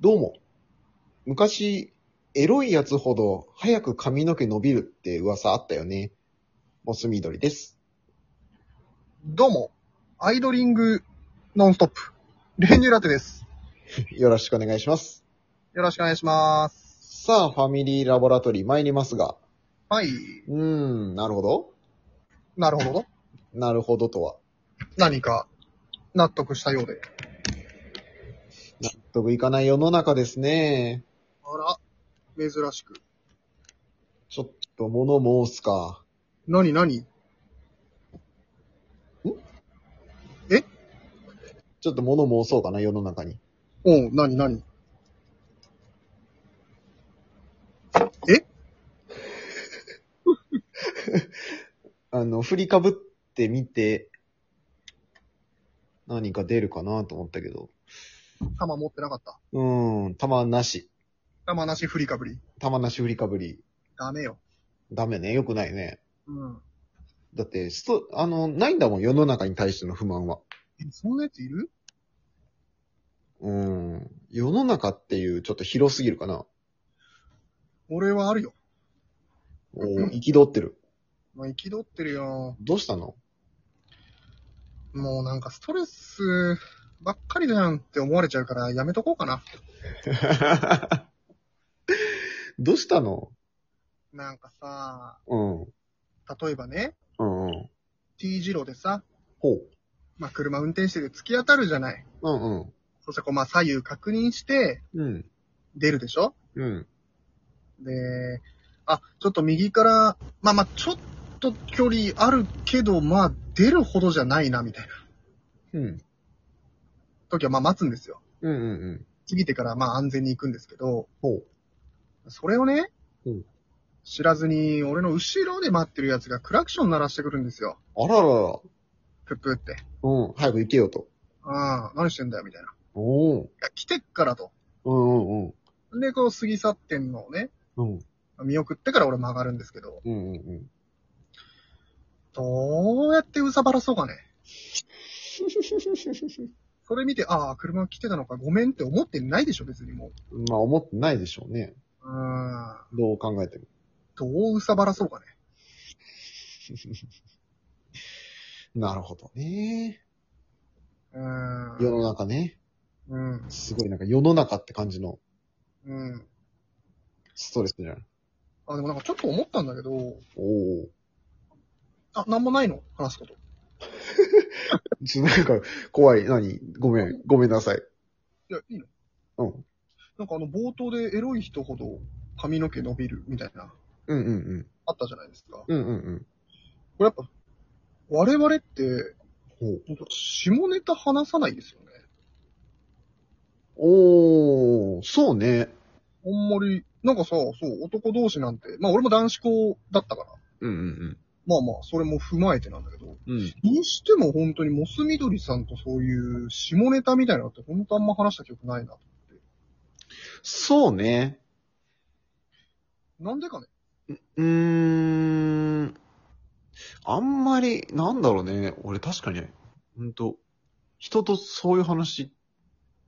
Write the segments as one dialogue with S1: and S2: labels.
S1: どうも。昔、エロいやつほど早く髪の毛伸びるって噂あったよね。モス緑です。
S2: どうも、アイドリングノンストップ、練乳ラテです。
S1: よろしくお願いします。
S2: よろしくお願いします。
S1: さあ、ファミリーラボラトリー参りますが。
S2: はい、
S1: うーん、なるほど。
S2: なるほど。
S1: なるほどとは。
S2: 何か納得したようで。
S1: 納得いかない世の中ですね。
S2: あら、珍しく。
S1: ちょっと物申すか。
S2: なになに
S1: ちょっと物申そうかな、世の中に。
S2: おう、なになに
S1: あの、振りかぶってみて、何か出るかなと思ったけど。
S2: 玉持ってなかった。
S1: うーん、玉なし。
S2: 玉なし振りかぶり。
S1: 玉なし振りかぶり。
S2: ダメよ。
S1: ダメね。良くないね。
S2: うん。
S1: だって、スト、あの、ないんだもん、世の中に対しての不満は。
S2: え、そんなやついる
S1: うん。世の中っていう、ちょっと広すぎるかな。
S2: 俺はあるよ。
S1: おー憤ってる。
S2: もう憤ってるよ。
S1: どうしたの
S2: もうなんかストレスばっかりじゃんって思われちゃうからやめとこうかな。
S1: どうしたの
S2: なんかさ、
S1: うん。
S2: 例えばね、
S1: うんうん。
S2: T 字路でさ、
S1: ほう。
S2: まあ、車運転してて突き当たるじゃない。
S1: うんうん。
S2: そしてこう、まあ、左右確認して、
S1: うん。
S2: 出るでしょ
S1: うん。
S2: で、あ、ちょっと右から、まあまあ、ちょっと距離あるけど、まあ、出るほどじゃないな、みたいな
S1: うん。
S2: 時は、まあ、待つんですよ。
S1: うんうんうん。
S2: 過ぎてから、まあ、安全に行くんですけど、
S1: ほう。
S2: それをね、
S1: うん
S2: 知らずに、俺の後ろで待ってるやつがクラクション鳴らしてくるんですよ。
S1: あららら。
S2: プップって。
S1: うん。早く行けよと。
S2: ああ、何してんだよ、みたいな。い
S1: おお。
S2: や、来てっからと。
S1: うんうんうん。
S2: で、こう、過ぎ去ってんのをね、
S1: うん。
S2: 見送ってから俺曲がるんですけど、
S1: うんうんうん。
S2: どうやってうさばらそうかね。それ見て、ああ、車来てたのか、ごめんって思ってないでしょ、別にも
S1: まあ、思ってないでしょうね。
S2: う。うーん。
S1: どう考えても。
S2: どううさばらそうかね。
S1: なるほどね。
S2: う
S1: 世
S2: ーん。
S1: の中ね。
S2: うん。
S1: すごいなんか世の中って感じの
S2: うん。
S1: ストレスじゃん。
S2: あ、でもなんかちょっと思ったんだけど、
S1: おお。
S2: あ、なんもないの話すこと。
S1: ちょっとなんか怖い。何ごめん。ごめんなさい。
S2: いや、いいの
S1: うん。
S2: なんかあの、冒頭でエロい人ほど髪の毛伸びるみたいな、
S1: うんうんうん。
S2: あったじゃないですか。こ
S1: うんうんうん。
S2: れやっぱ、我々って、
S1: ほう
S2: ほんと下ネタ話さないですよね。
S1: おお、そうね。
S2: あんまり、なんかさ、そう、男同士なんて、まあ俺も男子校だったから、
S1: うんうん
S2: まあまあ、それも踏まえてなんだけど、
S1: うん。うん。
S2: にしても本当にモス緑さんとそういう下ネタみたいなのって本当あんま話した記憶ないな。
S1: そうね。
S2: なんでかね。
S1: うーん。あんまり、なんだろうね。俺確かに、ほんと、人とそういう話、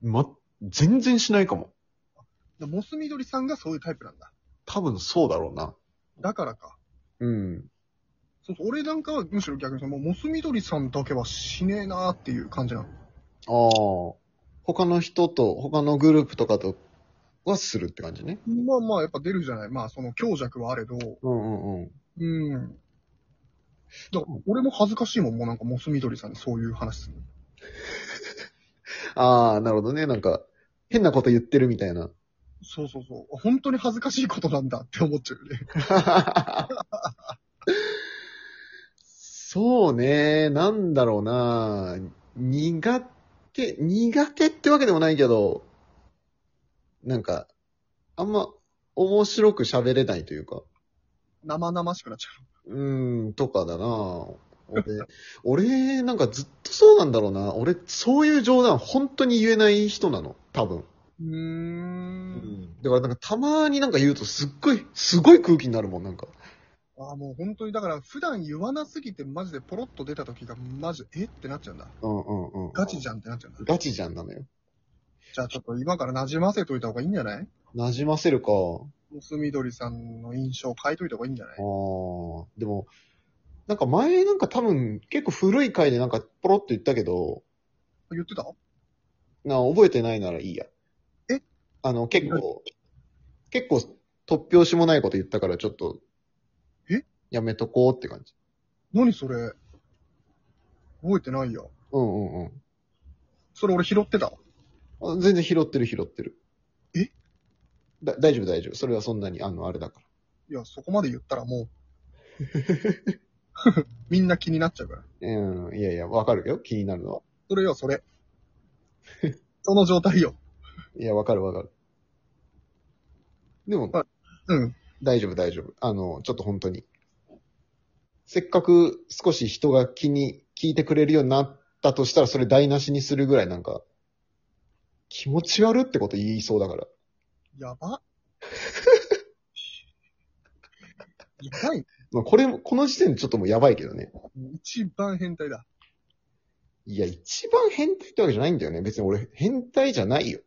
S1: ま、全然しないかも。
S2: モス緑さんがそういうタイプなんだ。
S1: 多分そうだろうな。
S2: だからか。
S1: うん。
S2: そうそう、俺なんかはむしろ逆にさ、もうモス緑さんだけはしねえなーっていう感じなの。
S1: ああ。他の人と、他のグループとかとはするって感じね。
S2: まあまあ、やっぱ出るじゃない。まあ、その強弱はあれど、
S1: うんうんうん。
S2: うん。だから俺も恥ずかしいもん、もうなんかモス緑さんにそういう話する。
S1: ああ、なるほどね。なんか、変なこと言ってるみたいな。
S2: そうそうそう。本当に恥ずかしいことなんだって思っちゃうよね。
S1: そうね。なんだろうな。苦手、苦手ってわけでもないけど、なんか、あんま面白く喋れないというか、
S2: 生々しくなっちゃう。
S1: うーん、とかだな。俺、 俺、なんかずっとそうなんだろうな。俺、そういう冗談本当に言えない人なの。多分。
S2: うーん。
S1: だからなんかたまになんか言うとすっごい、すごい空気になるもん、なんか。
S2: ああ、もう本当に、だから普段言わなすぎてマジでポロッと出た時がマジ、えってなっちゃうんだ。
S1: うんうんうん。
S2: ガチじゃんってなっちゃうんだ。
S1: ガチじゃんなのよ。
S2: じゃあちょっと今から馴染ませといた方がいいんじゃない
S1: 馴染ませるか。あ
S2: モスみどりさんの印象を変えといた方がいいんじゃない
S1: あ。でも、なんか前なんか多分結構古い回でなんかポロッと言ったけど、
S2: 言ってた
S1: な覚えてないならいいや。
S2: え
S1: あの結構、結構突拍子もないこと言ったからちょっと、
S2: え
S1: やめとこうって感じ。
S2: 何それ覚えてないよ。
S1: うんうん
S2: それ俺拾ってたわ
S1: うん。あ全然拾ってる拾ってる。
S2: え
S1: だ大丈夫大丈夫。それはそんなに、あの、あれだから。
S2: いや、そこまで言ったらもう。 みんな気になっちゃうから。
S1: うん、いやいや、わかるよ。気になるのは。
S2: それよ、それ。その状態よ。
S1: いや、わかるわかる。でも、
S2: はいうん。
S1: 大丈夫大丈夫。あの、ちょっと本当に。せっかく少し人が気に、聞いてくれるようになったとしたら、それ台無しにするぐらいなんか、気持ち悪ってこと言いそうだから。
S2: や ば。やばい。
S1: まあ、これも、この時点でちょっともうやばいけどね。
S2: 一番変態だ。
S1: いや、一番変態ってわけじゃないんだよね。別に俺、変態じゃないよ。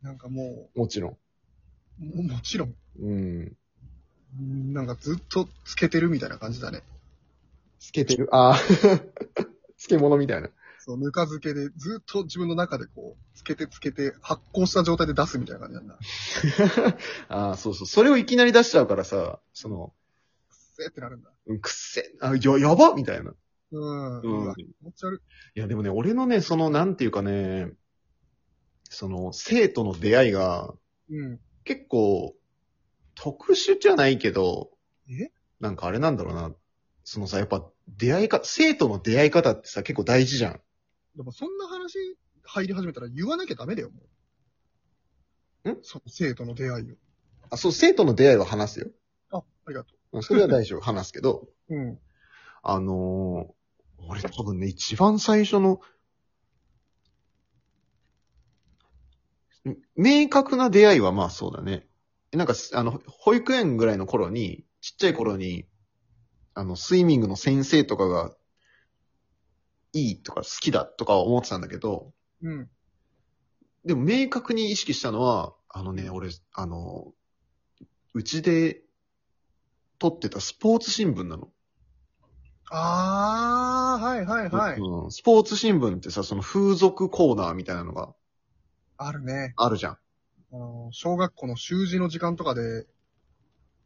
S2: なんかも
S1: もちろん。
S2: う、ももちろん、
S1: うん。
S2: なんかずっとつけてるみたいな感じだね。
S1: つけてる。ああ、 漬物みたいな。
S2: そう、ぬか漬けでずっと自分の中でこう、つけてつけて発酵した状態で出すみたいな感じなんだ。く
S1: ああ、そうそう。それをいきなり出しちゃうからさ、その、
S2: せーってなるんだ。
S1: うんくっせ、あ、や、やばみたいな。
S2: う
S1: う
S2: ん。
S1: ん
S2: うわ気持ち悪い。
S1: いや、でもね、俺のね、その、なんていうかね、その、生徒の出会いが、
S2: うん。
S1: 結構、特殊じゃないけど、
S2: え
S1: なんかあれなんだろうな。そのさ、やっぱ、出会いか、生徒の出会い方ってさ、結構大事じゃん。
S2: でもそんな話入り始めたら言わなきゃダメだよ、もう。
S1: ん
S2: その生徒の出会いを。
S1: あ、そう、生徒の出会いは話すよ。
S2: あ、ありがと
S1: うんそれは大丈夫、話すけど、
S2: う。うん。
S1: あのー俺多分ね、一番最初の、ん明確な出会いはまあそうだね。なんか、あの、保育園ぐらいの頃に、ちっちゃい頃に、あの、スイミングの先生とかが、いいとか好きだとか思ってたんだけど、
S2: うん。
S1: でも明確に意識したのは、あのね、俺、あの、うちで、撮ってたスポーツ新聞なの。
S2: あー、はいはいはい。
S1: うん。スポーツ新聞ってさ、その風俗コーナーみたいなのが
S2: あるね。
S1: あるじゃん。
S2: あの、小学校の習字の時間とかで、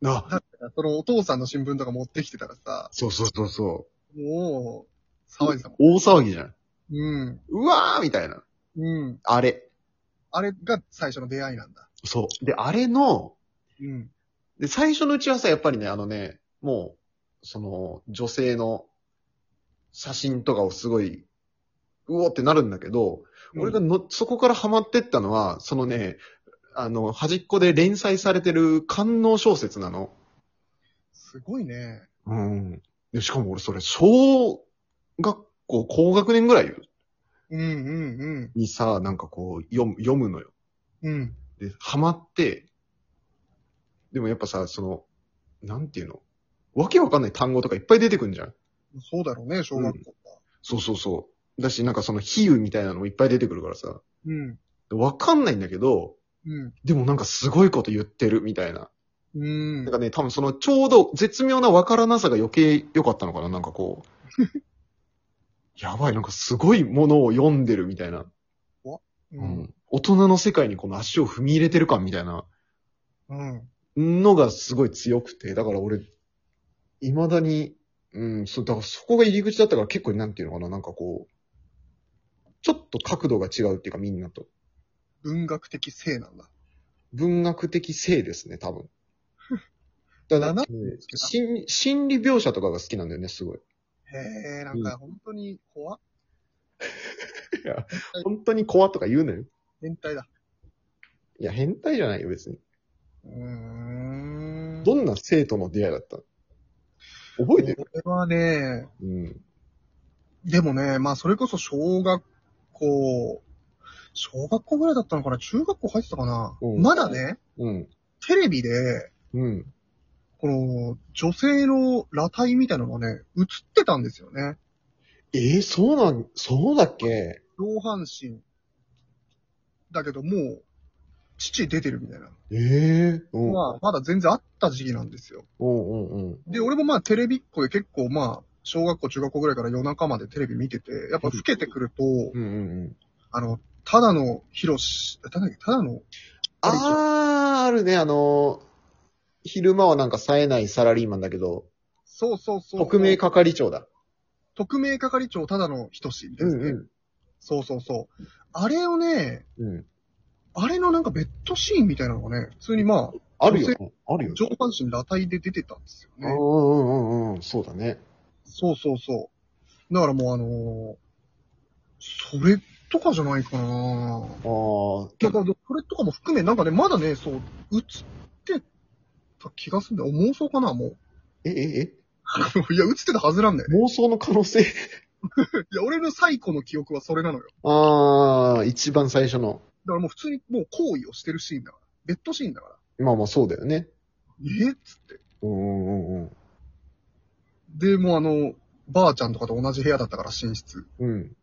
S1: あ、
S2: そのお父さんの新聞とか持ってきてたらさ、
S1: そうそうそうそう。
S2: もう、騒いでたもん。
S1: 大騒ぎじゃん。
S2: うん。
S1: うわーみたいな。
S2: うん。
S1: あれ。
S2: あれが最初の出会いなんだ。
S1: そう。で、あれの、
S2: うん。
S1: で、最初のうちはさ、やっぱりね、あのね、もう、その、女性の写真とかをすごい、うおーってなるんだけど、俺がの、そこからハマってったのは、そのね、あの、端っこで連載されてる官能小説なの。
S2: すごいね。
S1: うん。でしかも俺それ、小学校高学年ぐらい
S2: うんうん
S1: にさ、なんかこう、読む、読むのよ。
S2: うん。うん。
S1: で、ハマって、でもやっぱさ、その、なんていうのわけわかんない単語とかいっぱい出てくんじゃん
S2: そうだろうね、小学校は。
S1: そうそうそう。だし、なんかその比喩みたいなのもいっぱい出てくるからさ。
S2: うん。
S1: でわかんないんだけど、
S2: うん。
S1: でもなんかすごいこと言ってるみたいな。
S2: うん。
S1: なんかね、多分そのちょうど絶妙なわからなさが余計良かったのかな、なんかこう。 やばい、なんかすごいものを読んでるみたいな。
S2: う。
S1: うんん。大人の世界にこの足を踏み入れてる感みたいな
S2: うん。
S1: のがすごい強くて、だから俺、未だに、うん、そう、だからそこが入り口だったから結構なんていうのかな、なんかこう、ちょっと角度が違うっていうかみんなと。
S2: 文学的性なんだ。
S1: 文学的性ですね、多 分。だから
S2: な
S1: うん心心理描写とかが好きなんだよね、すごい。
S2: へえ、なんか本当に怖っ
S1: 本当に怖とか言うのよ。
S2: 変態だ。
S1: いや、変態じゃないよ、別に。
S2: うーん。
S1: どんな生徒の出会いだったの覚えてる
S2: これはね、
S1: うん。
S2: でもね、まあそれこそ小学校、小学校ぐらいだったのかな中学校入ってたかな、
S1: うん
S2: まだね、
S1: うん。
S2: テレビで、
S1: うん。
S2: この、女性の裸体みたいなのがね、映ってたんですよね。
S1: えー、そうなん、そうだっけ
S2: 上半身だけど、もう、父出てるみたいな。
S1: ええうん。
S2: まあ、まだ全然あった時期なんですよ。
S1: うんうんうん。
S2: で、俺もまあ、テレビっ子で結構まあ、小学校、中学校ぐらいから夜中までテレビ見てて、やっぱ老けてくると、
S1: うんうんうん。
S2: あの、ただのヒロシ、ただ、ただの、
S1: あー、あるね、あのー、昼間はなんか冴えないサラリーマンだけど、
S2: そうそうそう。
S1: 匿名係長だ。
S2: 特命係長ただのひとしみたいなね。
S1: ん。
S2: そうそうそう。あれをね、
S1: うん。
S2: あれのなんかベッドシーンみたいなのがね、普通にま
S1: あるよね。あ
S2: あ、
S1: るよね。
S2: 上半身裸体で出てたんですよ
S1: う
S2: ね。
S1: んうんうんうん。そうだね。
S2: そうそうそう。だからもうあのーそれとかじゃないかな
S1: あー、
S2: だから、それとかも含め、なんかね、まだね、そう、映ってた気がするんだよ。妄想かな、もう。
S1: え、え、
S2: いや、映ってたはずなんだよ
S1: え妄想の可能性
S2: ね。いや、俺の最古の記憶はそれなのよ。
S1: あー、一番最初の。
S2: だからもう普通にもう行為をしてるシーンだから。ベッドシーンだから。
S1: まあまあそうだよね。
S2: えっつって。
S1: うんうんうんうん。
S2: で、もうあの、ばあちゃんとかと同じ部屋だったから、寝室。
S1: うん。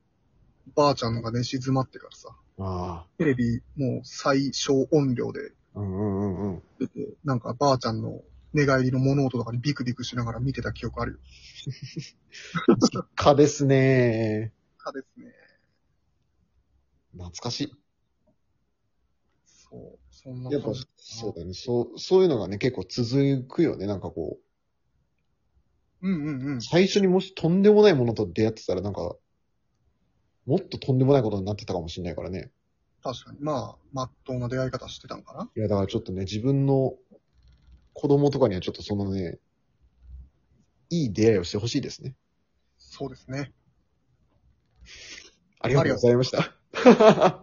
S2: ばあちゃんのが寝静まってからさ、
S1: あ
S2: テレビもう最小音量で
S1: ー。うんうんうんうん。
S2: 出て、なんかばあちゃんの寝返りの物音とかにビクビクしながら見てた記憶あるよ。
S1: かですね
S2: かですね。
S1: 懐かしい。
S2: そう。そんな
S1: やっぱ
S2: 感じ。、
S1: そうだよね。そう、そういうのがね、結構続くよね。なんかこ
S2: うんうんうん
S1: う、。最初にもしとんでもないものと出会ってたら、なんか、もっととんでもないことになってたかもしれないからね。
S2: 確かに。まあ、まっとうな出会い方してたんかな。
S1: いや、だからちょっとね、自分の子供とかにはちょっとそのね、いい出会いをしてほしいですね。
S2: そうですね。
S1: ありがとうございました。